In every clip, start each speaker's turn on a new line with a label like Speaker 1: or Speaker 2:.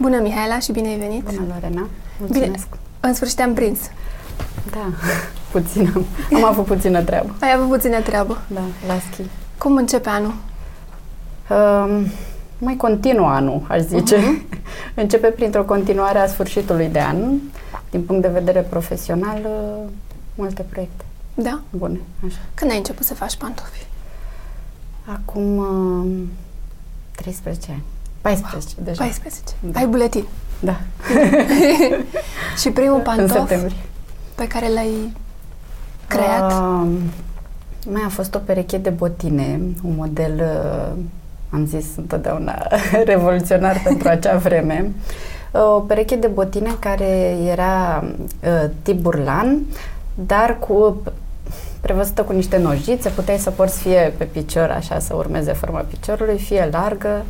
Speaker 1: Bună, Mihaela, și bine ai venit!
Speaker 2: Bună, Lorena! Mulțumesc!
Speaker 1: Bine, în sfârșit am prins.
Speaker 2: Da, puțin. Am avut puțină treabă.
Speaker 1: Ai avut puțină treabă.
Speaker 2: Da, la schi.
Speaker 1: Cum începe anul?
Speaker 2: Um, mai continuă anul, aș zice. Uh-huh. Începe printr-o continuare a sfârșitului de an. Din punct de vedere profesional, uh, multe proiecte
Speaker 1: Da?
Speaker 2: bune. Așa.
Speaker 1: Când ai început să faci pantofi?
Speaker 2: Acum uh, 13 ani. 14 wow. deja.
Speaker 1: 14.
Speaker 2: Da.
Speaker 1: Ai buletin.
Speaker 2: Da,
Speaker 1: și primul
Speaker 2: în
Speaker 1: pantof
Speaker 2: septembrie.
Speaker 1: pe care l-ai creat?
Speaker 2: Um, mai a fost o pereche de botine, un model, uh, am zis întotdeauna, revoluționar pentru acea vreme. Uh, O pereche de botine care era uh, tip burlan, dar cu prevăzută cu niște nojițe, puteai să porți fie pe picior, așa, să urmeze forma piciorului, fie largă.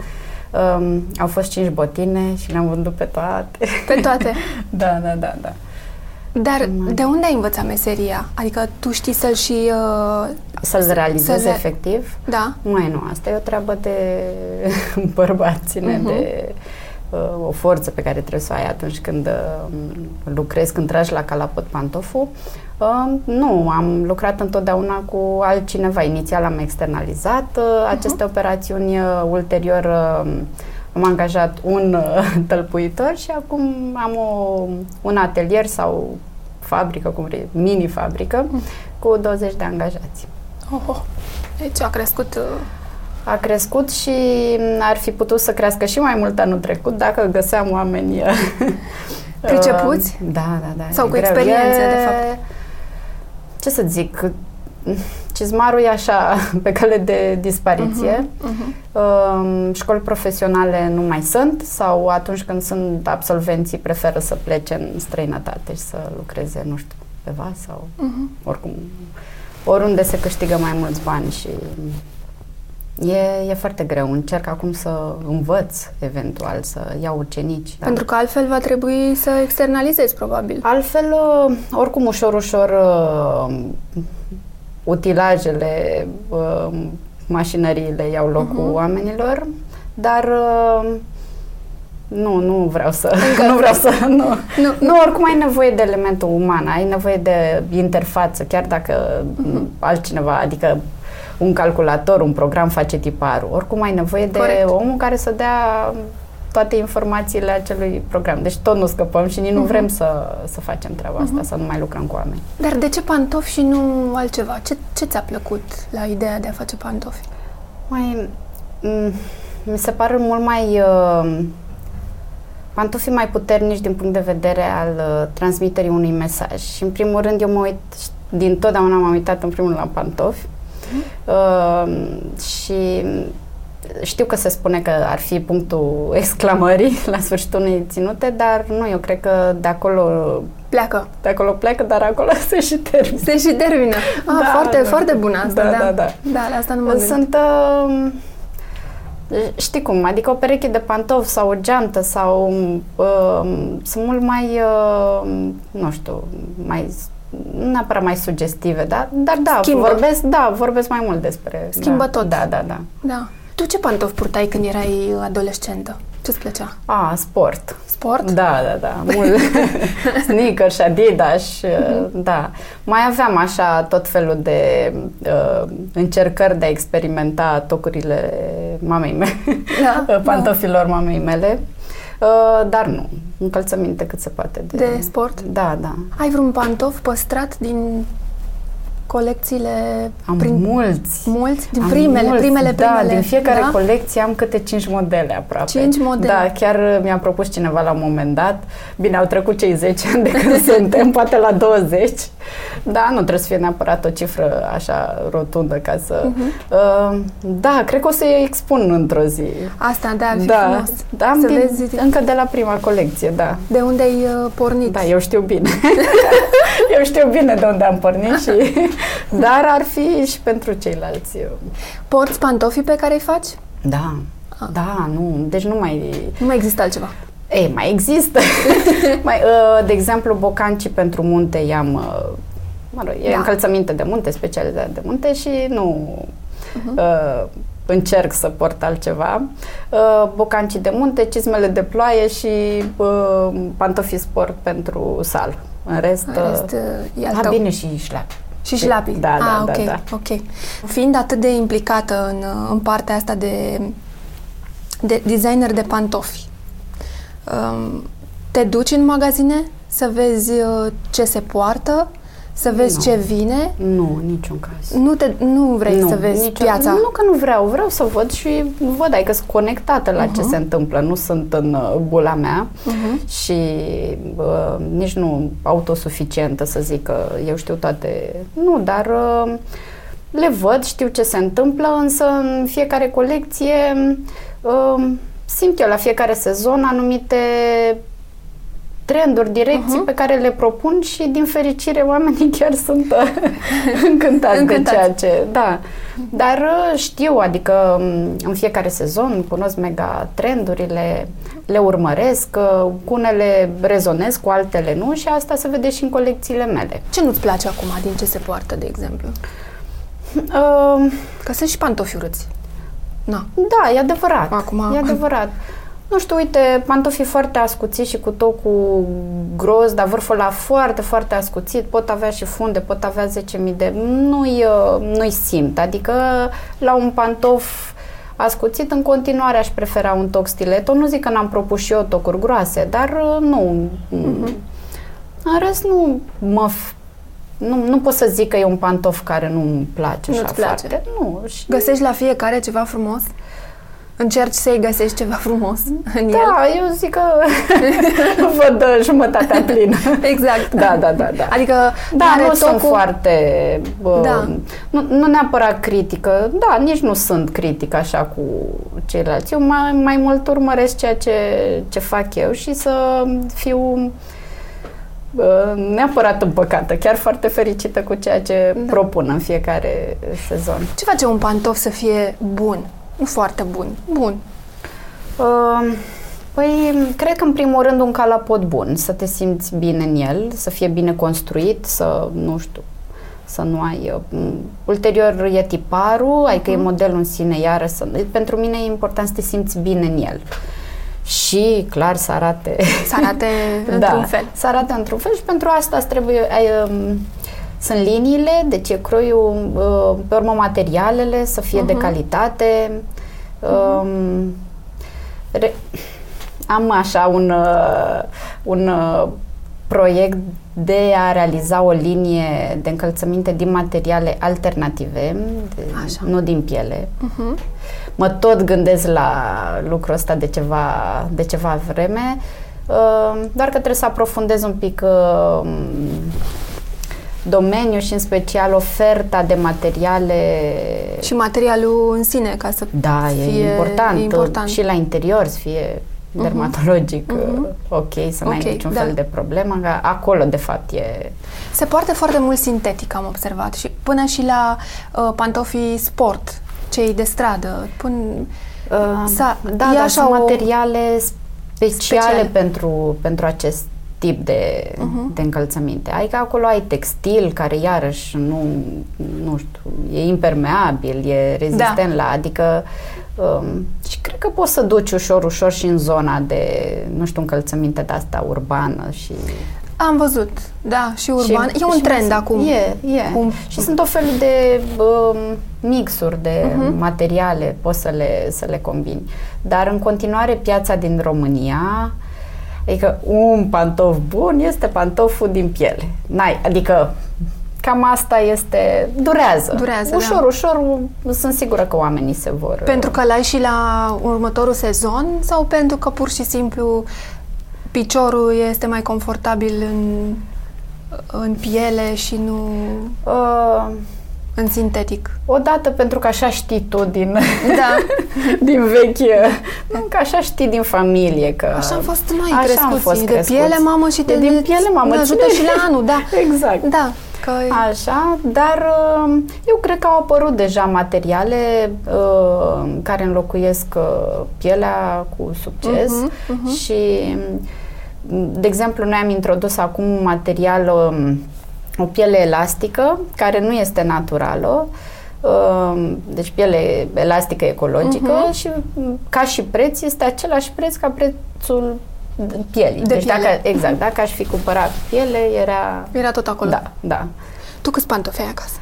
Speaker 2: Um, au fost cinci botine și le-am vândut pe toate.
Speaker 1: Pe toate.
Speaker 2: da, da, da, da.
Speaker 1: Dar de unde ai învățat meseria? Adică tu știi să-l și... Uh,
Speaker 2: Să-l realizezi
Speaker 1: le-
Speaker 2: efectiv.
Speaker 1: da?
Speaker 2: Mai nu, asta e o treabă de bărbat, ține uh-huh. de uh, o forță pe care trebuie să o ai atunci când uh, lucrezi, când tragi la calapot pantoful. Uh, nu, am lucrat întotdeauna cu altcineva. Inițial am externalizat uh, aceste operațiuni, uh, ulterior uh, am angajat un uh, tălpuitor și acum am o, un atelier sau fabrică, cum vrei, mini-fabrică, cu 20 de angajați.
Speaker 1: Oh, oh. Deci a crescut... Uh,
Speaker 2: A crescut și ar fi putut să crească și mai mult anul trecut dacă găseam oameni uh,
Speaker 1: Pricepuți?
Speaker 2: Da, da, da.
Speaker 1: Sau
Speaker 2: e
Speaker 1: cu experiență,
Speaker 2: E-
Speaker 1: de fapt.
Speaker 2: Ce să zic? Cizmarul e așa, pe cale de dispariție. Uh-huh,
Speaker 1: mhm,
Speaker 2: uh-huh. Școli profesionale nu mai sunt sau atunci când sunt absolvenții preferă să plece în străinătate și să lucreze, nu știu, pe vas sau
Speaker 1: mhm.
Speaker 2: uh-huh. oricum, oriunde se câștigă mai mulți bani și E, e foarte greu. Încerc acum să învăț, eventual, să iau ucenici. da.
Speaker 1: Pentru că altfel va trebui să externalizezi, probabil.
Speaker 2: Altfel, uh, oricum, ușor, ușor, uh, utilajele, uh, mașinăriile iau locul uh-huh. oamenilor, dar uh, nu, nu vreau să, nu vreau să, nu.
Speaker 1: Nu.
Speaker 2: nu. Nu, oricum ai nevoie de elementul uman, ai nevoie de interfață, chiar dacă uh-huh. altcineva, adică un calculator, un program face tiparul, oricum ai nevoie de
Speaker 1: Corect.
Speaker 2: omul care să dea toate informațiile acelui program. Deci tot nu scăpăm și nici nu vrem să, să facem treaba asta, să nu mai lucrăm cu oameni.
Speaker 1: Dar de ce pantofi și nu altceva? Ce, ce ți-a plăcut la ideea de a face pantofi?
Speaker 2: Mai, m- mi se par mult mai uh, pantofii mai puternici din punct de vedere al uh, transmiterii unui mesaj. Și în primul rând eu mă uit, din totdeauna m-am uitat în primul rând la pantofi Mhm. uh, și știu că se spune că ar fi punctul exclamării la sfârșitul unei ținute, dar nu, eu cred că de acolo,
Speaker 1: Pleacă.
Speaker 2: de acolo pleacă, dar acolo se și termină.
Speaker 1: Se și termină. Ah,
Speaker 2: Da,
Speaker 1: foarte,
Speaker 2: da.
Speaker 1: foarte bună asta,
Speaker 2: Da,
Speaker 1: da.
Speaker 2: da, da.
Speaker 1: Da, la asta nu mă gândesc.
Speaker 2: Sunt, uh, știi cum, adică o pereche de pantofi sau o geantă sau uh, sunt mult mai, uh, nu știu, mai nu neapărat mai sugestive, da? dar da,
Speaker 1: Schimbă.
Speaker 2: vorbesc, da, vorbesc mai mult despre...
Speaker 1: Schimbă
Speaker 2: da,
Speaker 1: tot.
Speaker 2: Da, da, da.
Speaker 1: Da. Tu ce pantofi purtai când erai adolescentă? Ce-ți plăcea?
Speaker 2: A, sport.
Speaker 1: Sport?
Speaker 2: Da, da, da, mult. Sneakers, Adidas, uh,
Speaker 1: Mhm.
Speaker 2: da. Mai aveam așa tot felul de uh, încercări de a experimenta tocurile mamei mele,
Speaker 1: Da,
Speaker 2: pantofilor mamei mele, uh, dar nu, încălțăminte cât se poate de...
Speaker 1: De sport?
Speaker 2: Da, da.
Speaker 1: Ai vreun pantof păstrat din colecțiile
Speaker 2: Am
Speaker 1: prin
Speaker 2: mulți.
Speaker 1: mulți? Din
Speaker 2: Am
Speaker 1: primele,
Speaker 2: mulți,
Speaker 1: primele,
Speaker 2: da,
Speaker 1: primele.
Speaker 2: din fiecare da? colecție am câte 5 modele aproape.
Speaker 1: Cinci modele.
Speaker 2: Da, chiar uh, mi-a propus cineva la un moment dat. Bine, au trecut cei 10 ani de când suntem, poate la 20. Da, nu trebuie să fie neapărat o cifră așa rotundă ca să...
Speaker 1: Mhm.
Speaker 2: Uh-huh. Uh, da, cred că o să-i expun într-o zi.
Speaker 1: Asta, da, ar fi
Speaker 2: da,
Speaker 1: frumos.
Speaker 2: da am
Speaker 1: Să
Speaker 2: din,
Speaker 1: vezi
Speaker 2: încă de la prima colecție, da.
Speaker 1: de unde ai uh, pornit.
Speaker 2: Da, eu știu bine. eu știu bine de unde am pornit și... Dar ar fi și pentru ceilalți. Eu.
Speaker 1: Porți pantofii pe care îi faci?
Speaker 2: Da,
Speaker 1: Ah.
Speaker 2: da, nu, deci nu mai...
Speaker 1: Nu mai există altceva.
Speaker 2: Ei, mai există. mai, uh, de exemplu, bocancii pentru munte i-am... uh, Mă rog, e
Speaker 1: Da.
Speaker 2: încălțăminte de munte, specializat de munte și nu... Uh-huh. încerc să port altceva. Uh, Bocancii de munte, cizmele de ploaie și uh, pantofii sport pentru sal. În rest,
Speaker 1: În rest,
Speaker 2: uh,
Speaker 1: e al
Speaker 2: a,
Speaker 1: tău.
Speaker 2: bine și șlapi.
Speaker 1: Și șlapii.
Speaker 2: Da,
Speaker 1: ah,
Speaker 2: da, da,
Speaker 1: ok,
Speaker 2: da.
Speaker 1: ok. Fiind atât de implicată în, în partea asta de, de designer de pantofi, um, te duci în magazine să vezi uh, ce se poartă, să vezi
Speaker 2: Nu.
Speaker 1: ce vine?
Speaker 2: Nu, în niciun caz.
Speaker 1: Nu, te, nu vrei să vezi
Speaker 2: nicio-
Speaker 1: piața.
Speaker 2: Nu că nu vreau, vreau să văd și văd, adică sunt conectată la uh-huh. ce se întâmplă, nu sunt în uh, bula mea uh-huh. și uh, nici nu autosuficientă să zic că eu știu toate, nu, dar uh, le văd, știu ce se întâmplă, însă în fiecare colecție uh, simt eu la fiecare sezon anumite trenduri, direcții uh-huh. pe care le propun și din fericire oamenii chiar sunt uh, încântați,
Speaker 1: Încântați.
Speaker 2: de ceea ce... Da. Dar uh, știu, adică m, în fiecare sezon cunosc mega trendurile, le urmăresc, uh, cu unele rezonez, cu altele nu și asta se vede și în colecțiile mele.
Speaker 1: Ce nu-ți place acum din ce se poartă, de exemplu?
Speaker 2: Uh,
Speaker 1: Că sunt și pantofi urâți. Na.
Speaker 2: Da, e adevărat.
Speaker 1: Acum-
Speaker 2: E adevărat. Nu știu, uite, pantofii foarte ascuțiți și cu tocul gros, dar vârful la foarte, foarte ascuțit, pot avea și funde, pot avea 10.000 de... Nu-i, uh, nu-i simt, adică la un pantof ascuțit, în continuare aș prefera un toc stileto. Nu zic că n-am propus și eu tocuri groase, dar uh, nu...
Speaker 1: Mhm.
Speaker 2: În rest, nu mă... f- Nu, nu pot să zic că e un pantof care nu-mi place
Speaker 1: Nu-ți
Speaker 2: așa
Speaker 1: place.
Speaker 2: foarte. Nu, și
Speaker 1: Găsești la fiecare ceva frumos? Încerci să-i găsești ceva frumos în el?
Speaker 2: Da, eu zic că văd uh, jumătatea plină.
Speaker 1: Exact.
Speaker 2: Da, da, da, da.
Speaker 1: Adică
Speaker 2: Da,
Speaker 1: are
Speaker 2: nu sunt
Speaker 1: tocul-
Speaker 2: foarte... Bă,
Speaker 1: Da.
Speaker 2: da. nu, nu neapărat critică. Da, nici nu sunt critic așa cu ceilalți. Eu mai, mai mult urmăresc ceea ce, ce fac eu și să fiu bă, neapărat împăcată, chiar foarte fericită cu ceea ce
Speaker 1: Da.
Speaker 2: propun în fiecare sezon.
Speaker 1: Ce face un pantof să fie bun? Nu foarte bun, bun.
Speaker 2: Uh, Păi, cred că în primul rând un calapot bun, să te simți bine în el, să fie bine construit, să, nu știu, să nu ai... uh, m- Ulterior e tiparul, adică e modelul în sine, iară să... Pentru mine e important să te simți bine în el. Și, clar, să arate...
Speaker 1: Să arate
Speaker 2: Da.
Speaker 1: într-un fel.
Speaker 2: Să arate într-un fel și pentru asta îți trebuie... Ai, um, sunt liniile, deci e croiul, uh, pe urmă materialele, să fie
Speaker 1: Mhm.
Speaker 2: de calitate. Um, re- am așa un, uh, un uh, proiect de a realiza o linie de încălțăminte din materiale alternative, de,
Speaker 1: Așa.
Speaker 2: nu din piele.
Speaker 1: Mhm.
Speaker 2: Mă tot gândesc la lucrul ăsta de ceva, de ceva vreme, uh, doar că trebuie să aprofundez un pic uh, domeniul și în special oferta de materiale
Speaker 1: Și materialul în sine, ca să
Speaker 2: da,
Speaker 1: fie
Speaker 2: e important,
Speaker 1: e important. Mhm.
Speaker 2: Și la interior să fie dermatologic uh, ok, să n-ai
Speaker 1: Ok,
Speaker 2: niciun
Speaker 1: da.
Speaker 2: fel de problemă, că acolo de fapt e...
Speaker 1: Se poartă foarte mult sintetic, am observat, și până și la uh, pantofii sport, cei de stradă. Pun...
Speaker 2: Uh,
Speaker 1: Sa-
Speaker 2: da,
Speaker 1: e
Speaker 2: dar
Speaker 1: așa
Speaker 2: sunt
Speaker 1: o-
Speaker 2: materiale speciale,
Speaker 1: Speciale. Mhm.
Speaker 2: Pentru, pentru acest tip de, uh-huh. de încălțăminte. Adică acolo ai textil care iarăși nu, nu știu, e impermeabil, e
Speaker 1: Da.
Speaker 2: rezistent la, adică um, și cred că poți să duci ușor, ușor și în zona de, nu știu, încălțăminte de asta urbană și...
Speaker 1: Am văzut, da, și urban.
Speaker 2: Și-
Speaker 1: e un
Speaker 2: și
Speaker 1: trend
Speaker 2: mai-
Speaker 1: acum.
Speaker 2: E, e.
Speaker 1: Cum-
Speaker 2: Și sunt o fel de um, mixuri de
Speaker 1: Mhm.
Speaker 2: uh-huh. materiale, poți să le, să le combini. Dar în continuare piața din România, adică un pantof bun este pantoful din piele. N-ai, adică cam asta este, durează.
Speaker 1: Durează,
Speaker 2: Ușor,
Speaker 1: da.
Speaker 2: ușor, sunt sigură că oamenii se vor...
Speaker 1: Pentru că l-ai și la următorul sezon sau pentru că pur și simplu piciorul este mai confortabil în, în piele și nu
Speaker 2: Uh,
Speaker 1: în sintetic?
Speaker 2: odată pentru că așa știi tu din...
Speaker 1: Da,
Speaker 2: din vechi, nu, că așa știi din familie că...
Speaker 1: așa am fost noi
Speaker 2: Așa am
Speaker 1: crescuți.
Speaker 2: fost
Speaker 1: E de
Speaker 2: crescuți.
Speaker 1: piele, mamă, și te
Speaker 2: E din piele, mamă,
Speaker 1: ne ajută
Speaker 2: cine-
Speaker 1: și la anul, da.
Speaker 2: Exact.
Speaker 1: Da, că
Speaker 2: Așa, dar um, eu cred că au apărut deja materiale uh, care înlocuiesc uh, pielea cu succes
Speaker 1: Mhm,
Speaker 2: și, um, de exemplu, noi am introdus acum un material, um, o piele elastică, care nu este naturală, uh, deci piele elastică ecologică
Speaker 1: Mhm.
Speaker 2: uh-huh. și m, ca și preț este același preț ca prețul pielii.
Speaker 1: De
Speaker 2: deci
Speaker 1: piele.
Speaker 2: Dacă, exact, dacă aș fi cumpărat piele, era...
Speaker 1: Era tot acolo.
Speaker 2: Da, da.
Speaker 1: Tu câți pantofi ai acasă?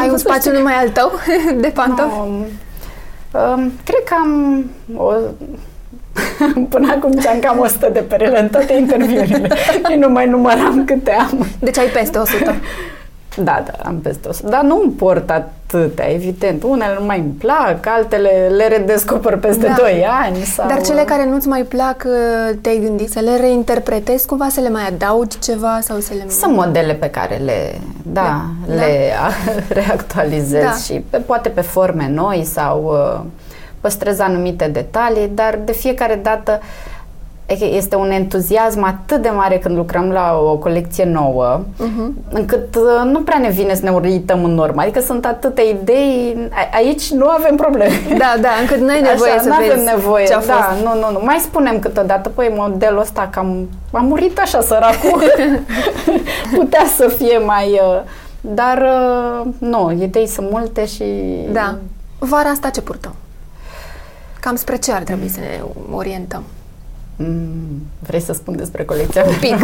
Speaker 1: Ai un spațiu numai al tău de pantofi?
Speaker 2: Um, um, cred că am o, până acum ce am cam 100 de perele în toate interviurile. Eu nu mai număram câte am.
Speaker 1: Deci ai peste 100.
Speaker 2: Da, da, am peste 100. Dar nu îmi port atâtea, evident. Unele nu mai îmi plac, altele le redescoper peste
Speaker 1: Da.
Speaker 2: da. 2 ani. Sau... uh,
Speaker 1: Dar cele care nu-ți mai plac, uh, te-ai gândit să le reinterpretezi cumva, să le mai adaugi ceva sau să le...
Speaker 2: Sunt modele pe care le, da,
Speaker 1: Da.
Speaker 2: le a- reactualizez
Speaker 1: Da.
Speaker 2: și pe, poate pe forme noi sau uh, păstrez anumite detalii, dar de fiecare dată e că este un entuziasm atât de mare când lucrăm la o colecție nouă,
Speaker 1: Mhm.
Speaker 2: uh-huh. încât uh, nu prea ne vine să ne uităm în urmă. Adică sunt atâtea idei, a- aici nu avem probleme.
Speaker 1: Da, da, încât n-ai nevoie
Speaker 2: Așa,
Speaker 1: să
Speaker 2: n-avem
Speaker 1: vezi
Speaker 2: nevoie,
Speaker 1: ce a fost.
Speaker 2: da, nu, nu, nu. Mai spunem câteodată, păi modelul ăsta cam a murit așa săracul. Putea să fie mai... uh, Dar, uh, nu, idei sunt multe și...
Speaker 1: Da. Vara asta ce purtăm? Cam spre ce ar trebui să ne orientăm?
Speaker 2: Mm, vrei să spun despre colecția mea?
Speaker 1: Pic.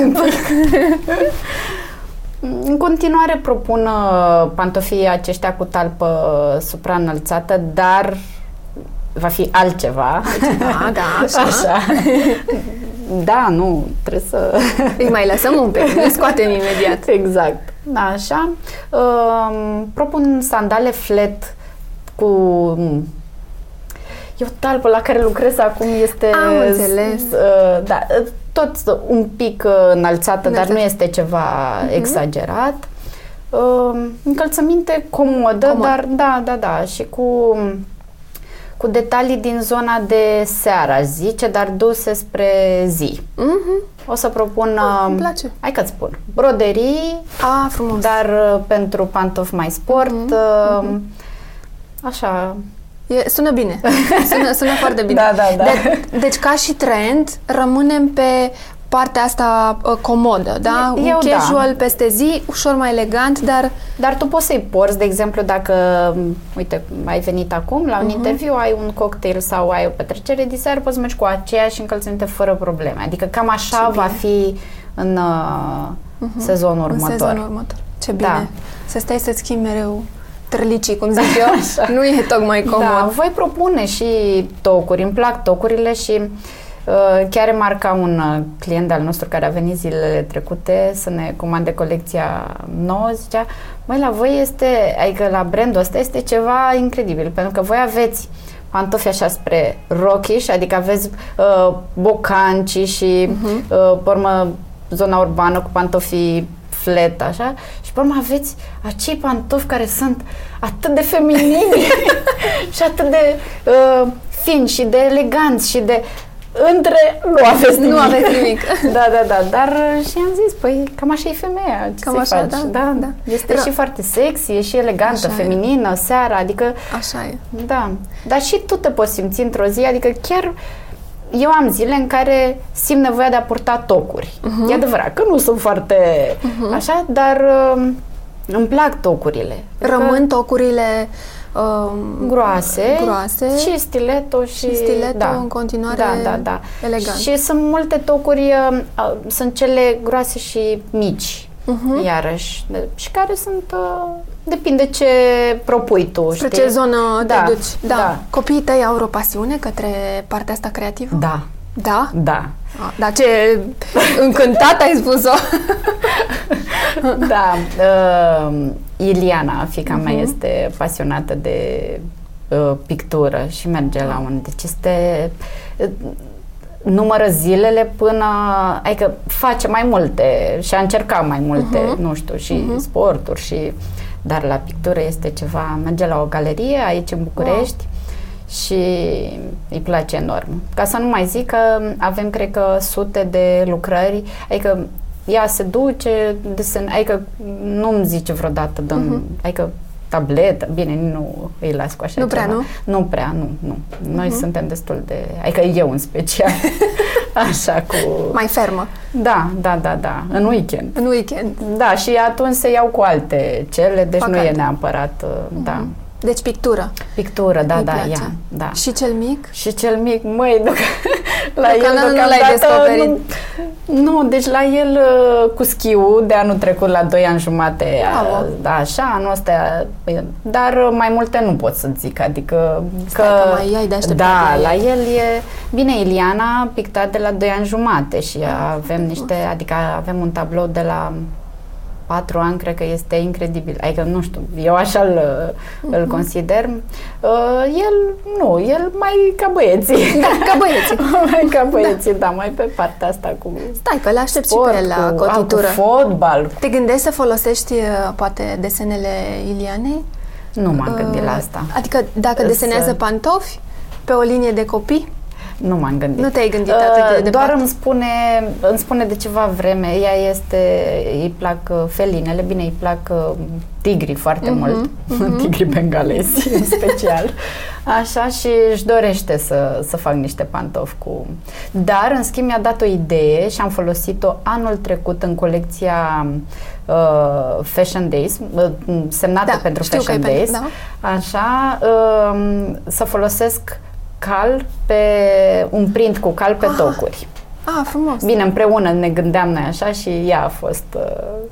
Speaker 2: În continuare propun uh, pantofii aceștia cu talpă uh, supraînălțată, dar va fi altceva.
Speaker 1: Da, da, așa.
Speaker 2: Așa. Da, nu, trebuie să...
Speaker 1: Îi mai lăsăm un pic, ne scoatem imediat.
Speaker 2: Exact. Da, așa. Um, propun sandale flat cu... mm, E o talpă la care lucrez acum, este...
Speaker 1: Am înțeles.
Speaker 2: s- uh, da, uh, tot un pic uh, înălțată, dar nu
Speaker 1: Înălțată.
Speaker 2: este ceva
Speaker 1: Mhm.
Speaker 2: exagerat. Um, încălțăminte comodă,
Speaker 1: Comod.
Speaker 2: dar da, da, da, și cu cu detalii din zona de seară, aș zice, dar duse spre zi.
Speaker 1: Mhm.
Speaker 2: O să propun... um,
Speaker 1: îmi place.
Speaker 2: Hai că-ți spun. Broderii,
Speaker 1: A, frumos.
Speaker 2: dar uh, pentru pantofi mai sport,
Speaker 1: Mm-hmm.
Speaker 2: uh, așa,
Speaker 1: E, sună bine. Sună, sună foarte bine.
Speaker 2: Da, da, da.
Speaker 1: De, deci, ca și trend, rămânem pe partea asta uh, comodă, da?
Speaker 2: Eu,
Speaker 1: un
Speaker 2: da.
Speaker 1: casual peste zi, ușor mai elegant, dar
Speaker 2: Dar tu poți să-i porți, de exemplu, dacă, uite, ai venit acum la
Speaker 1: Mm-hmm.
Speaker 2: un interviu, ai un cocktail sau ai o petrecere de seară, poți să mergi cu aceeași încălțăminte fără probleme. Adică cam așa va fi în uh, sezonul următor.
Speaker 1: Mm-hmm. în sezonul următor. Ce bine.
Speaker 2: Da.
Speaker 1: Să stai să schimbi mereu trlicii, cum zic eu. Nu e tocmai comod.
Speaker 2: Da, voi propune și tocuri, îmi plac tocurile și uh, chiar marca un uh, client al nostru care a venit zilele trecute să ne comande colecția nouă, zicea, măi, la voi este, adică la brandul ăsta este ceva incredibil, pentru că voi aveți pantofi așa spre rockish, adică aveți uh, bocancii și uh-huh. uh, pe urmă zona urbană cu pantofii flat, așa, și pe urmă aveți acei pantofi care sunt atât de feminini și atât de uh, fin și de eleganți și de între nu aveți nimic.
Speaker 1: Nu aveți nimic.
Speaker 2: da, da, da, dar uh, și am zis, păi cam așa e femeia, ce
Speaker 1: Cam
Speaker 2: să-i
Speaker 1: așa,
Speaker 2: faci?
Speaker 1: da,
Speaker 2: da,
Speaker 1: da.
Speaker 2: Este
Speaker 1: Ra-
Speaker 2: și foarte sexy, e și elegantă,
Speaker 1: Așa e.
Speaker 2: feminină, seara, adică
Speaker 1: Așa e.
Speaker 2: da, dar și tu te poți simți într-o zi, adică chiar eu am zile în care simt nevoia de a purta tocuri.
Speaker 1: Mhm.
Speaker 2: Uh-huh. E adevărat că nu sunt foarte uh-huh. așa, dar um, îmi plac tocurile. Adică
Speaker 1: Rămân tocurile um,
Speaker 2: groase,
Speaker 1: groase
Speaker 2: și stiletul și,
Speaker 1: și stiletul în continuare
Speaker 2: da, da, da.
Speaker 1: elegant.
Speaker 2: Și sunt multe tocuri, um, uh, sunt cele groase și mici.
Speaker 1: Mhm.
Speaker 2: Uh-huh. Iarăși, de- și care sunt, uh, depinde ce propui tu.
Speaker 1: Spre
Speaker 2: știi?
Speaker 1: ce zonă
Speaker 2: Da,
Speaker 1: te duci?
Speaker 2: da.
Speaker 1: Copiii tăi au o pasiune către partea asta creativă?
Speaker 2: Da,
Speaker 1: Da?
Speaker 2: da.
Speaker 1: A, Dar ce încântată ai spus-o!
Speaker 2: Da, uh, Iliana, fica uh-huh. mea, este pasionată de uh, pictură și merge la un... Deci este... Uh, numără zilele până... Adică face mai multe și a încercat mai multe,
Speaker 1: Mhm.
Speaker 2: uh-huh. nu știu, și uh-huh. sporturi și... Dar la pictură este ceva... Merge la o galerie aici în București și îi place enorm. Ca să nu mai zic că avem, cred că, sute de lucrări, adică ea se duce, desen, adică nu îmi zice vreodată, dăm,
Speaker 1: Mhm.
Speaker 2: uh-huh. adică tabletă, bine, nu îi las cu așa
Speaker 1: Nu prea,
Speaker 2: ceva.
Speaker 1: nu?
Speaker 2: Nu prea, nu, nu.
Speaker 1: Mhm.
Speaker 2: Noi suntem destul de, adică eu în special, așa cu...
Speaker 1: Mai fermă.
Speaker 2: Da, da, da, da, în weekend.
Speaker 1: în weekend.
Speaker 2: Da, și atunci se iau cu alte cele, deci
Speaker 1: Fac
Speaker 2: nu e
Speaker 1: alte.
Speaker 2: neapărat, uh, da.
Speaker 1: Deci pictură.
Speaker 2: Pictură, da,
Speaker 1: Îi
Speaker 2: da,
Speaker 1: place.
Speaker 2: ea, da.
Speaker 1: Și cel mic?
Speaker 2: Și cel mic, măi, duc, la
Speaker 1: Că
Speaker 2: el
Speaker 1: nu- nu
Speaker 2: deocamdată
Speaker 1: l-ai descoperit.
Speaker 2: Nu, nu, deci la el uh, cu schiul de anul trecut la 2 ani jumate, a-
Speaker 1: Bravo.
Speaker 2: da, așa, anul ăsta, e- dar uh, mai multe nu pot să zic, adică
Speaker 1: Stai că mai ai de așteptat
Speaker 2: Da,
Speaker 1: de
Speaker 2: la
Speaker 1: el.
Speaker 2: el e... Bine, Iliana a pictat de la 2 ani jumate și avem niște, adică avem un tablou de la patru ani cred că este incredibil. Adică, nu știu, eu așa îl,
Speaker 1: Mhm.
Speaker 2: îl consider. Uh, el, nu, el mai ca băieții.
Speaker 1: Da, ca băieții.
Speaker 2: mai ca băieții, da. mai pe partea asta cu
Speaker 1: Stai că le aștept și pe
Speaker 2: sport,
Speaker 1: el la
Speaker 2: cu, a, cu
Speaker 1: cotitură.
Speaker 2: fotbal.
Speaker 1: Te gândești să folosești uh, poate desenele Ilianei?
Speaker 2: Nu m-am
Speaker 1: Uh,
Speaker 2: gândit la asta.
Speaker 1: Adică dacă
Speaker 2: Să-
Speaker 1: desenează pantofi pe o linie de copii,
Speaker 2: Nu m-am gândit.
Speaker 1: Nu te-ai gândit atât de
Speaker 2: Uh,
Speaker 1: departe?
Speaker 2: Doar îmi spune, îmi spune de ceva vreme. Ea este, îi plac uh, felinele, bine, îi plac uh, tigrii foarte
Speaker 1: Mhm,
Speaker 2: mult. Tigrii bengalezi, în special. Așa și își dorește să, să fac niște pantofi cu... Dar, în schimb, mi-a dat o idee și am folosit-o anul trecut în colecția uh, Fashion Days, uh, semnată
Speaker 1: Da,
Speaker 2: pentru
Speaker 1: știu că
Speaker 2: Fashion
Speaker 1: e pentru-
Speaker 2: Days.
Speaker 1: da.
Speaker 2: Așa, um, să folosesc cal pe un print cu cal pe
Speaker 1: Aha.
Speaker 2: tocuri.
Speaker 1: a, Ah, frumos.
Speaker 2: Bine, împreună ne gândeam noi așa și ea a fost, uh,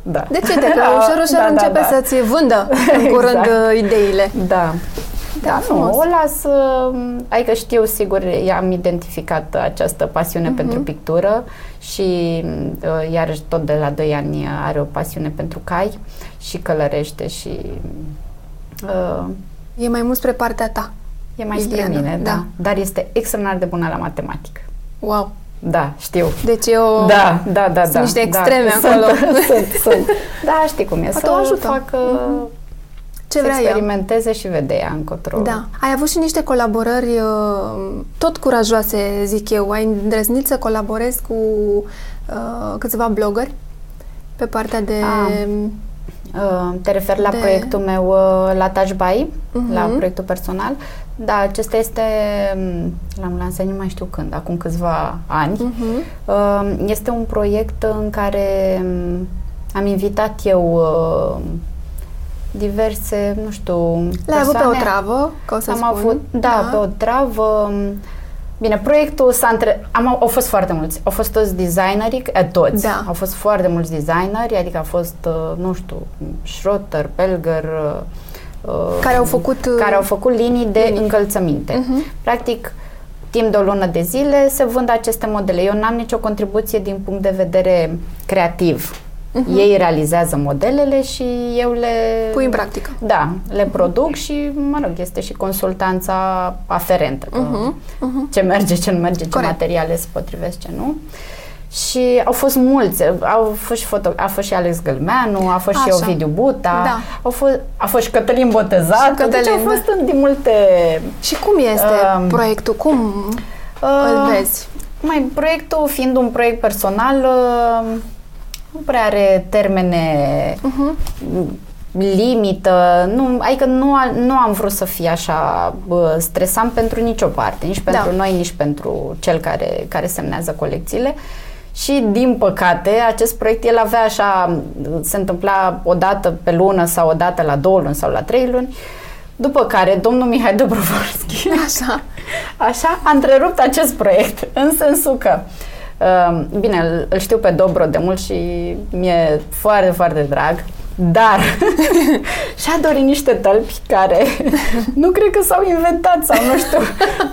Speaker 2: da.
Speaker 1: De ce te că ușor, ușor
Speaker 2: da,
Speaker 1: începe
Speaker 2: da, da.
Speaker 1: să-ți vândă în
Speaker 2: Exact.
Speaker 1: curând uh, ideile.
Speaker 2: Da. Da,
Speaker 1: frumos.
Speaker 2: nu, o las, uh, adică știu sigur, i-am identificat această pasiune
Speaker 1: Mhm.
Speaker 2: pentru pictură și uh, iarăși tot de la 2 ani are o pasiune pentru cai și călărește și uh,
Speaker 1: E mai mult spre partea ta.
Speaker 2: E mai spre
Speaker 1: Iliana,
Speaker 2: mine, da.
Speaker 1: da.
Speaker 2: da. Dar este extraordinar de bună la matematică.
Speaker 1: Wow.
Speaker 2: Da, știu.
Speaker 1: Deci eu...
Speaker 2: Da, da, da,
Speaker 1: sunt
Speaker 2: da.
Speaker 1: niște
Speaker 2: da.
Speaker 1: extreme
Speaker 2: sunt,
Speaker 1: acolo.
Speaker 2: Sunt, sunt. Da, știi cum e.
Speaker 1: Poate
Speaker 2: Să
Speaker 1: o ajută. Mhm.
Speaker 2: facă,
Speaker 1: Ce
Speaker 2: să
Speaker 1: vrea ea.
Speaker 2: experimenteze și vede ea încotro.
Speaker 1: Da. Ai avut și niște colaborări uh, tot curajoase, zic eu. Ai îndrăznit să colaborezi cu uh, câțiva blogări pe partea de...
Speaker 2: Ah. Uh, Te referi la
Speaker 1: De-
Speaker 2: proiectul meu uh, la Touch By,
Speaker 1: Mhm.
Speaker 2: la proiectul personal. Da, acesta este, m, l-am lansat nu mai știu când, acum câțiva ani.
Speaker 1: Mhm.
Speaker 2: Uh, Este un proiect în care m, am invitat eu uh, diverse, nu știu,
Speaker 1: L-ai avut pe o
Speaker 2: persoane.
Speaker 1: travă, că o să
Speaker 2: Am
Speaker 1: spun.
Speaker 2: avut, da, pe o travă. Bine, proiectul s-a între... Am, au fost foarte mulți. Au fost toți designerii, eh, toți.
Speaker 1: Da.
Speaker 2: Au fost foarte mulți designeri, adică a fost, uh, nu știu, Schrotter, Pelger... uh,
Speaker 1: Care au făcut, uh, Mhm.
Speaker 2: Care au făcut linii de încălțăminte. Practic, timp de o lună de zile se vând aceste modele. Eu n-am nicio contribuție din punct de vedere creativ. Ei realizează modelele și eu le...
Speaker 1: Mhm. Pui în practică.
Speaker 2: Da, le produc și, mă rog, este și consultanța aferentă. Că
Speaker 1: Uh-huh.
Speaker 2: Ce merge, ce nu merge, ce
Speaker 1: Mhm. Corect.
Speaker 2: materiale se potrivesc, ce nu. Și au fost mulți, au fost și, foto- a fost și Alex Gălmeanu, a fost și
Speaker 1: Așa.
Speaker 2: Ovidiu Buta,
Speaker 1: Da.
Speaker 2: au fost, a fost și Cătălin Botezat,
Speaker 1: Și Cătălin,
Speaker 2: deci
Speaker 1: da.
Speaker 2: au fost din multe...
Speaker 1: Și cum este
Speaker 2: Um,
Speaker 1: proiectul? Cum îl
Speaker 2: Uh,
Speaker 1: vezi?
Speaker 2: Mai, proiectul fiind un proiect personal, uh, nu prea are termene limită, nu, adică nu, a- nu am vrut să fie așa bă, stresant pentru nicio parte, nici pentru
Speaker 1: Da.
Speaker 2: noi, nici pentru cel care, care semnează colecțiile. Și, din păcate, acest proiect el avea așa, se întâmpla o dată pe lună sau o dată la două luni sau la trei luni, după care domnul Mihai Dobrovolski
Speaker 1: Așa.
Speaker 2: Așa a întrerupt acest proiect, în sensul că um, Bine, îl- îl știu pe Dobro de mult și mi-e foarte, foarte drag, dar și-a dorit niște tălpi care nu cred că s-au inventat sau nu știu.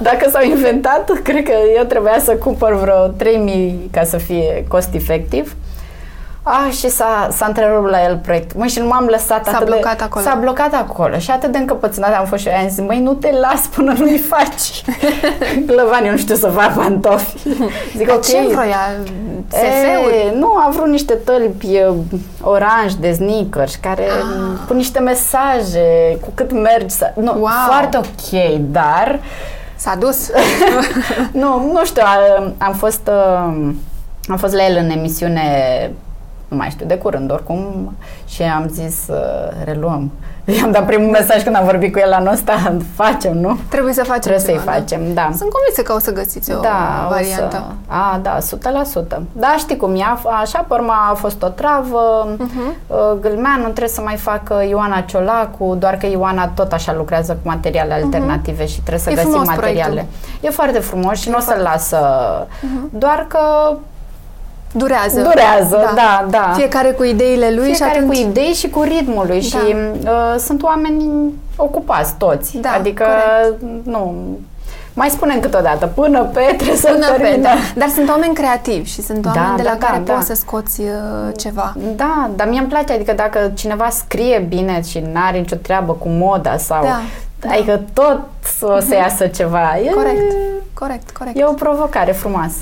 Speaker 2: Dacă s-au inventat, cred că eu trebuia să cumpăr vreo 3000 ca să fie cost efectiv. Ah, și s-a, s-a întrerupt la el proiectul. Măi, și nu m-am lăsat
Speaker 1: S-a
Speaker 2: atât
Speaker 1: blocat
Speaker 2: de,
Speaker 1: acolo.
Speaker 2: S-a blocat acolo și atât de încăpățânată am fost și eu. Am zis, măi, nu te las până nu-i faci. Glăvan, eu nu știu să fac pantofi. Zic, ok.
Speaker 1: Ce vroia? SF-uri?
Speaker 2: E, nu, a vrut niște tălpi e, oranj de sneakers care ah. cu niște mesaje, cu cât mergi să... Nu,
Speaker 1: Wow.
Speaker 2: foarte ok, dar
Speaker 1: S-a dus.
Speaker 2: nu, nu știu, a- am fost, um, am fost la el în emisiune nu mai știu, de curând oricum și am zis uh, reluăm. I-am dat primul mesaj când am vorbit cu el anul ăsta, facem, nu?
Speaker 1: Trebuie să facem
Speaker 2: Trebuie să-i
Speaker 1: ceva,
Speaker 2: facem, da.
Speaker 1: Sunt convinsă că o să găsiți o
Speaker 2: da,
Speaker 1: variantă.
Speaker 2: O să... A, da, 100%. Da, știi cum e, a- așa, pe urma a fost o travă,
Speaker 1: Mhm.
Speaker 2: uh-huh. Gâlmeanu trebuie să mai facă Ioana Ciolacu, doar că Ioana tot așa lucrează cu materiale alternative și trebuie să
Speaker 1: Mhm. E
Speaker 2: găsim
Speaker 1: frumos
Speaker 2: materiale.
Speaker 1: proiectul.
Speaker 2: E foarte frumos și nu o să-l lasă,
Speaker 1: Mhm.
Speaker 2: doar că
Speaker 1: Durează.
Speaker 2: durează, da, da.
Speaker 1: Fiecare cu ideile lui
Speaker 2: Fiecare
Speaker 1: și atunci...
Speaker 2: cu idei și cu ritmul lui și uh, sunt oameni ocupați toți.
Speaker 1: Da,
Speaker 2: adică, nu, mai spunem câteodată, până pe trebuie să
Speaker 1: Până pe,
Speaker 2: terminăm.
Speaker 1: da. Dar sunt oameni creativi și sunt
Speaker 2: Da,
Speaker 1: oameni de
Speaker 2: da,
Speaker 1: la
Speaker 2: da,
Speaker 1: care
Speaker 2: da.
Speaker 1: poți să scoți uh, ceva.
Speaker 2: Da, dar mie îmi place, adică dacă cineva scrie bine și nu are nicio treabă cu moda sau...
Speaker 1: Da, Mhm.
Speaker 2: Adică tot o să iasă ceva. E,
Speaker 1: Corect, corect, corect.
Speaker 2: E o provocare frumoasă.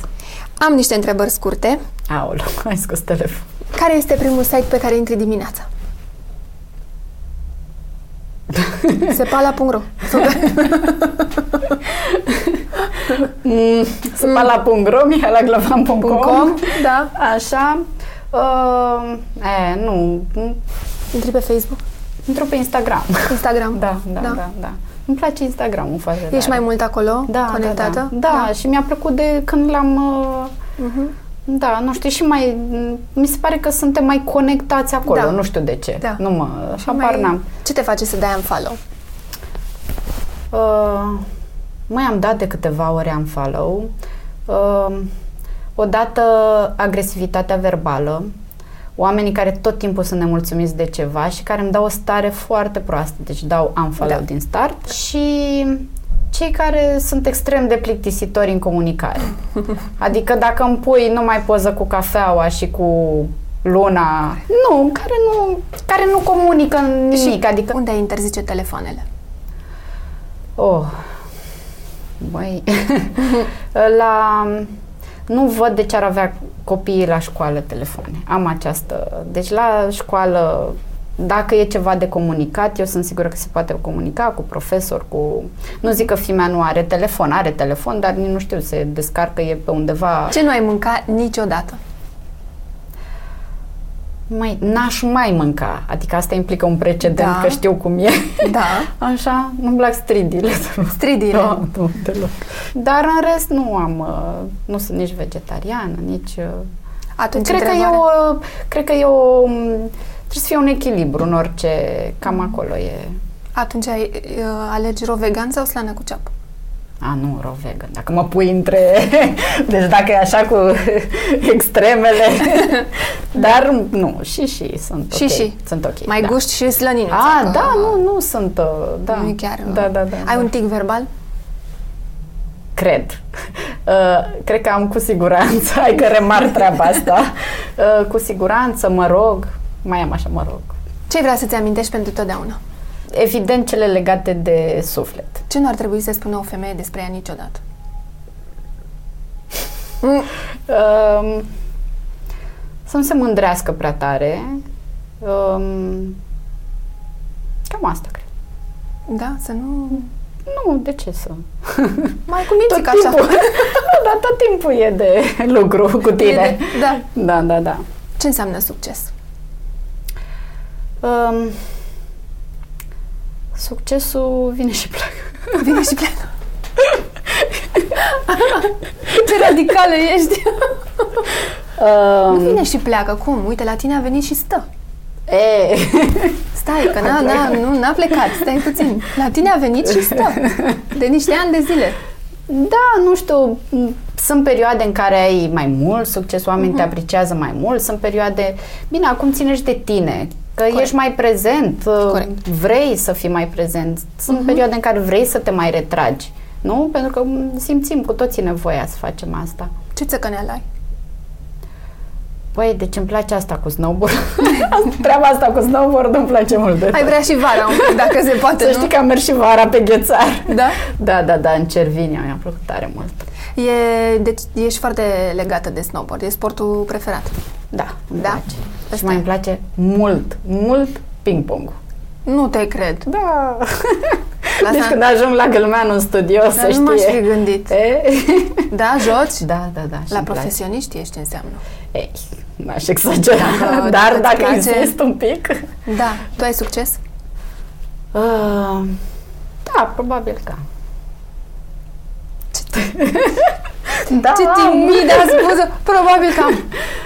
Speaker 1: Am niște întrebări scurte.
Speaker 2: Aoleu, ai scos telefon.
Speaker 1: Care este primul site pe care intri dimineața? Sepala.ro
Speaker 2: Mm, Spala.ro, mihalaglovan.com
Speaker 1: .com, da.
Speaker 2: Așa. Uh, e, nu,
Speaker 1: Intri pe Facebook,
Speaker 2: intru pe Instagram.
Speaker 1: Instagram.
Speaker 2: Da, da, da, da. Îmi place Instagram-ul foarte
Speaker 1: Ești mai mult acolo,
Speaker 2: da,
Speaker 1: conectată? Mhm.
Speaker 2: Da, da. da, și mi-a plăcut de când l-am... Uh, Da, nu știu, și mai... Mi se pare că suntem mai conectați acolo,
Speaker 1: Da.
Speaker 2: nu știu de ce.
Speaker 1: Da.
Speaker 2: Nu mă...
Speaker 1: Și
Speaker 2: Habar
Speaker 1: mai-
Speaker 2: n-am.
Speaker 1: Ce te face să dai un follow?
Speaker 2: Uh, mai am dat de câteva ori am follow. Uh, odată agresivitatea verbală, oamenii care tot timpul sunt nemulțumiți de ceva și care îmi dau o stare foarte proastă, deci dau am follow
Speaker 1: Da.
Speaker 2: din start și cei care sunt extrem de plictisitori în comunicare. Adică dacă îmi pui numai poză cu cafeaua și cu luna, nu, care nu, care nu comunică nimic, adică
Speaker 1: Unde ai interzice telefoanele?
Speaker 2: Oh, băi, la... Nu văd de ce ar avea copiii la școală telefoane. Am această... Deci la școală, dacă e ceva de comunicat, eu sunt sigură că se poate comunica cu profesor, cu... Nu zic că fimea nu are telefon, are telefon, dar nici nu știu, se descarcă, e pe undeva...
Speaker 1: Ce nu ai mâncat niciodată?
Speaker 2: Mai, n-aș mai mânca. Adică asta implică un precedent,
Speaker 1: Da.
Speaker 2: că știu cum e.
Speaker 1: Da.
Speaker 2: Așa, nu-mi plac stridile.
Speaker 1: Stridile.
Speaker 2: Da, nu, deloc. Dar în rest nu am, uh, nu sunt nici vegetariană, nici... uh,
Speaker 1: Atunci
Speaker 2: Cred că, e
Speaker 1: întrebarea.
Speaker 2: o, cred că e o... m, Trebuie să fie un echilibru în orice... Cam acolo e...
Speaker 1: Atunci ai, uh, alegi ro vegan sau slană cu ceapă?
Speaker 2: A, nu, ro vegan. Dacă mă pui între... Deci dacă e așa cu extremele... Dar nu, și și sunt
Speaker 1: Și
Speaker 2: ok.
Speaker 1: și.
Speaker 2: Sunt ok.
Speaker 1: Mai
Speaker 2: da.
Speaker 1: gust și slăninuță.
Speaker 2: A,
Speaker 1: că
Speaker 2: da, nu, nu sunt... uh, Da.
Speaker 1: Nu e chiar... uh,
Speaker 2: Da, da, da.
Speaker 1: Ai
Speaker 2: da.
Speaker 1: un tic verbal?
Speaker 2: Cred. Uh, cred că am cu siguranță, hai că remar treaba asta. Uh, cu siguranță, mă rog, mai am așa, mă rog.
Speaker 1: Ce vrea să-ți amintești pentru totdeauna?
Speaker 2: Evident, cele legate de suflet.
Speaker 1: Ce nu ar trebui să spună o femeie despre ea niciodată?
Speaker 2: Um, să nu se mândrească prea tare. Um, cam asta, cred.
Speaker 1: Da, să nu...
Speaker 2: Nu, de ce să...
Speaker 1: Mai cu minții
Speaker 2: Tot
Speaker 1: ca așa.
Speaker 2: timpul. nu, dar tot timpul e de lucru cu
Speaker 1: E
Speaker 2: tine.
Speaker 1: de- Da.
Speaker 2: Da, da, da.
Speaker 1: Ce înseamnă succes?
Speaker 2: Um, succesul vine și pleacă.
Speaker 1: Vine și pleacă. Ce radicală ești! Nu
Speaker 2: Um,
Speaker 1: vine și pleacă, cum? Uite, la tine a venit și stă.
Speaker 2: e,
Speaker 1: Stai, că n-a, n-a, nu, n-a plecat, stai puțin. La tine a venit și stă. De niște ani de zile.
Speaker 2: da, nu știu, m, sunt perioade în care ai mai mult succes, oamenii
Speaker 1: Mhm.
Speaker 2: te apreciază mai mult, sunt perioade... Bine, acum ține și de tine, că
Speaker 1: Corect.
Speaker 2: ești mai prezent, uh,
Speaker 1: Corect. Mhm.
Speaker 2: vrei să fii mai prezent. Sunt perioade în care vrei să te mai retragi, nu? Pentru că m, simțim cu toții nevoia să facem asta.
Speaker 1: Ce țăcăneală ai?
Speaker 2: Păi, deci îmi place asta cu snowboard. Treaba asta cu snowboard îmi place mult de
Speaker 1: Ai
Speaker 2: tot.
Speaker 1: vrea și vara un pic, dacă se poate,
Speaker 2: Să
Speaker 1: nu?
Speaker 2: știi că am mers și vara pe ghețar.
Speaker 1: Da?
Speaker 2: Da, da, da, în Cervinia mi-a plăcut tare mult.
Speaker 1: E, deci ești foarte legată de snowboard, e sportul preferat.
Speaker 2: Da, îmi
Speaker 1: Da?
Speaker 2: place. Și
Speaker 1: Ăsta
Speaker 2: mai
Speaker 1: e.
Speaker 2: îmi place mult, mult ping-pong.
Speaker 1: Nu te cred.
Speaker 2: Da.
Speaker 1: La
Speaker 2: Deci
Speaker 1: asta-
Speaker 2: când ajung la Gălmeanu în studio, să
Speaker 1: Dar nu m-aș fi
Speaker 2: știe.
Speaker 1: gândit.
Speaker 2: E?
Speaker 1: Da, joci?
Speaker 2: Da, da, da.
Speaker 1: La
Speaker 2: și-mi place.
Speaker 1: profesioniști ești ce înseamnă.
Speaker 2: Ei, n-aș exagera,
Speaker 1: Dacă- dacă
Speaker 2: dar
Speaker 1: Da, îți
Speaker 2: dacă
Speaker 1: place-
Speaker 2: insist un pic...
Speaker 1: Da. Tu ai succes? Ah.
Speaker 2: Uh, da, probabil că. da,
Speaker 1: Ce timid a spus Probabil că am.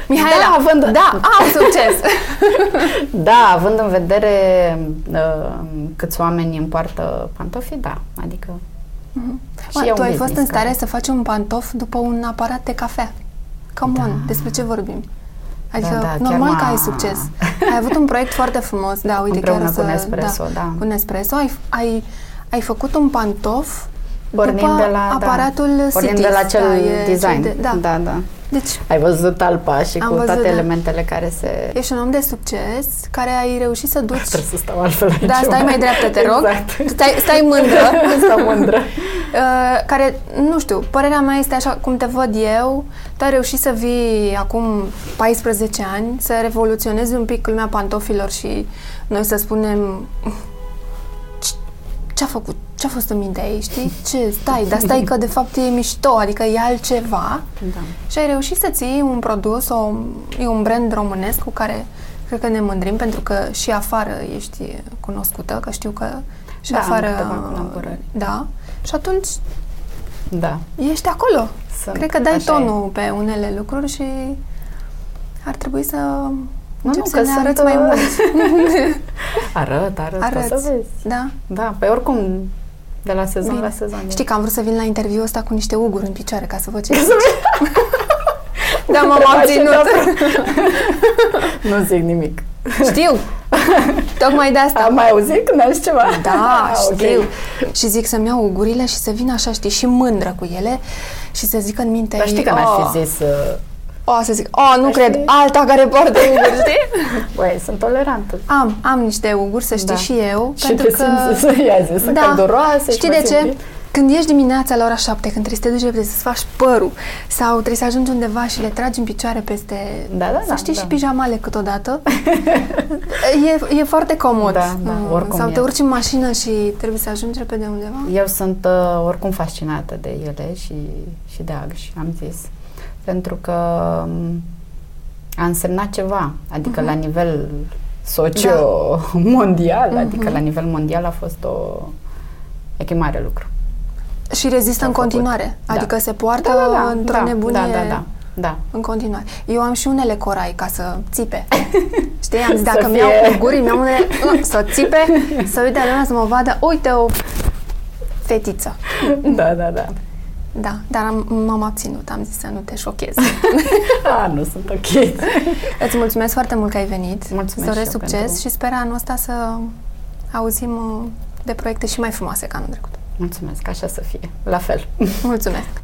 Speaker 1: Mihaela,
Speaker 2: Da, având-
Speaker 1: da, am succes.
Speaker 2: da, având în vedere uh, câți oameni împartă pantofii, da, adică Și e
Speaker 1: Mhm. Mă,
Speaker 2: un
Speaker 1: Păi, tu ai fost
Speaker 2: business
Speaker 1: în stare
Speaker 2: care-
Speaker 1: să faci un pantof după un aparat de cafea. Come on, despre ce vorbim? Adică,
Speaker 2: Da, da, chiar
Speaker 1: normal că
Speaker 2: m-a-
Speaker 1: ai succes. Ai avut un proiect foarte frumos, da, uite,
Speaker 2: Împreună
Speaker 1: chiar
Speaker 2: cu
Speaker 1: să,
Speaker 2: Nespresso, da.
Speaker 1: Cu Nespresso, ai, ai, ai făcut un pantof
Speaker 2: pornind
Speaker 1: după
Speaker 2: de la
Speaker 1: aparatul
Speaker 2: da, pornind de
Speaker 1: Citis,
Speaker 2: la cel
Speaker 1: da, e cel
Speaker 2: design.
Speaker 1: de- da.
Speaker 2: da, da.
Speaker 1: Deci,
Speaker 2: Ai văzut talpa și
Speaker 1: Am
Speaker 2: cu
Speaker 1: văzut,
Speaker 2: toate
Speaker 1: da.
Speaker 2: elementele care se...
Speaker 1: ești un om de succes care ai reușit să duci...
Speaker 2: Trebuie să stau altfel aici.
Speaker 1: Da, stai mai dreaptă, te rog.
Speaker 2: Exact.
Speaker 1: Stai, stai mândră.
Speaker 2: Stau mândră.
Speaker 1: Uh, care, nu știu, părerea mea este așa cum te văd eu, tu ai reușit să vii acum 14 ani, să revoluționezi un pic lumea pantofilor și noi să spunem "Ce- ce-a făcut, ce-a fost în mintea ei, știi? Ce, stai, dar stai că de fapt e mișto, adică e altceva
Speaker 2: Da.
Speaker 1: și ai reușit să ții un produs, o, e un brand românesc cu care cred că ne mândrim pentru că și afară ești cunoscută, că știu că și
Speaker 2: Da, am
Speaker 1: afară...
Speaker 2: câteva colaborări.
Speaker 1: Da. Și atunci
Speaker 2: Da.
Speaker 1: ești acolo.
Speaker 2: Sunt,
Speaker 1: Cred că dai
Speaker 2: așa e.
Speaker 1: tonul pe unele lucruri și ar trebui să
Speaker 2: Nu,
Speaker 1: începi
Speaker 2: nu,
Speaker 1: să
Speaker 2: că
Speaker 1: ne
Speaker 2: sunt,
Speaker 1: arăți mai
Speaker 2: uh,
Speaker 1: mult. Da?
Speaker 2: Arăt, arăt, arăt. o
Speaker 1: Arăți.
Speaker 2: să vezi.
Speaker 1: Da?
Speaker 2: Da, pe oricum, de la sezon
Speaker 1: Bine.
Speaker 2: la sezon.
Speaker 1: Știi că am vrut să vin la interviul ăsta cu niște uguri în picioare ca să văd ce
Speaker 2: Să
Speaker 1: Da, m-am abținut.
Speaker 2: nu zic nimic.
Speaker 1: Știu. Tocmai de asta.
Speaker 2: Am mai auzit când ai ceva?
Speaker 1: Da,
Speaker 2: Ah, ok.
Speaker 1: știu. Și zic să-mi iau ugurile și să vin așa, știi, și mândră cu ele și să zic în minte...
Speaker 2: Dar știi că
Speaker 1: "Oh,
Speaker 2: n-aș fi zis... uh,
Speaker 1: O, să zic, o, nu
Speaker 2: Dar
Speaker 1: cred,
Speaker 2: știi?
Speaker 1: alta care poartă uguri, știi?
Speaker 2: Băi, sunt tolerantă.
Speaker 1: Am, am niște uguri, să știi
Speaker 2: Da.
Speaker 1: și eu.
Speaker 2: Și
Speaker 1: pentru
Speaker 2: te
Speaker 1: că...
Speaker 2: simți să ia zis, sunt călduroase și
Speaker 1: Știi
Speaker 2: mă
Speaker 1: de
Speaker 2: simt
Speaker 1: ce?
Speaker 2: bine.
Speaker 1: Când ești dimineața la ora 7, când trebuie să te duci repede să-ți faci părul sau trebuie să ajungi undeva și le tragi în picioare peste...
Speaker 2: Da, da,
Speaker 1: să
Speaker 2: da,
Speaker 1: știi
Speaker 2: da.
Speaker 1: și pijamale câteodată. e, e foarte comod.
Speaker 2: Da, da,
Speaker 1: Mm,
Speaker 2: oricum
Speaker 1: Sau te
Speaker 2: e.
Speaker 1: urci în mașină și trebuie să ajungi repede undeva.
Speaker 2: Eu sunt uh, oricum fascinată de ele și, și de agși, am zis. Pentru că um, a însemnat ceva, adică la nivel Da. socio-mondial, adică la nivel mondial a fost o... E chiar mare lucru.
Speaker 1: Și rezistă
Speaker 2: S-a
Speaker 1: în
Speaker 2: făcut.
Speaker 1: continuare.
Speaker 2: Da.
Speaker 1: Adică se poartă într-o nebunie
Speaker 2: Da, da, da. da.
Speaker 1: în continuare. Eu am și unele corai ca să țipe. Știi, am zis,
Speaker 2: Să
Speaker 1: dacă mi-au
Speaker 2: fie-
Speaker 1: gurii, mi-au unele, să țipe, să uite la lumea să mă vadă, uite o fetiță.
Speaker 2: Da, da, da.
Speaker 1: Da, dar am, m-am abținut, am zis să nu te șochez.
Speaker 2: A, nu sunt ok.
Speaker 1: Îți mulțumesc foarte mult că ai venit.
Speaker 2: Mulțumesc
Speaker 1: Îți doresc
Speaker 2: și eu
Speaker 1: succes
Speaker 2: pentru-
Speaker 1: și sper anul ăsta să auzim uh, de proiecte și mai frumoase ca anul trecut.
Speaker 2: Mulțumesc, așa să fie. La fel.
Speaker 1: Mulțumesc!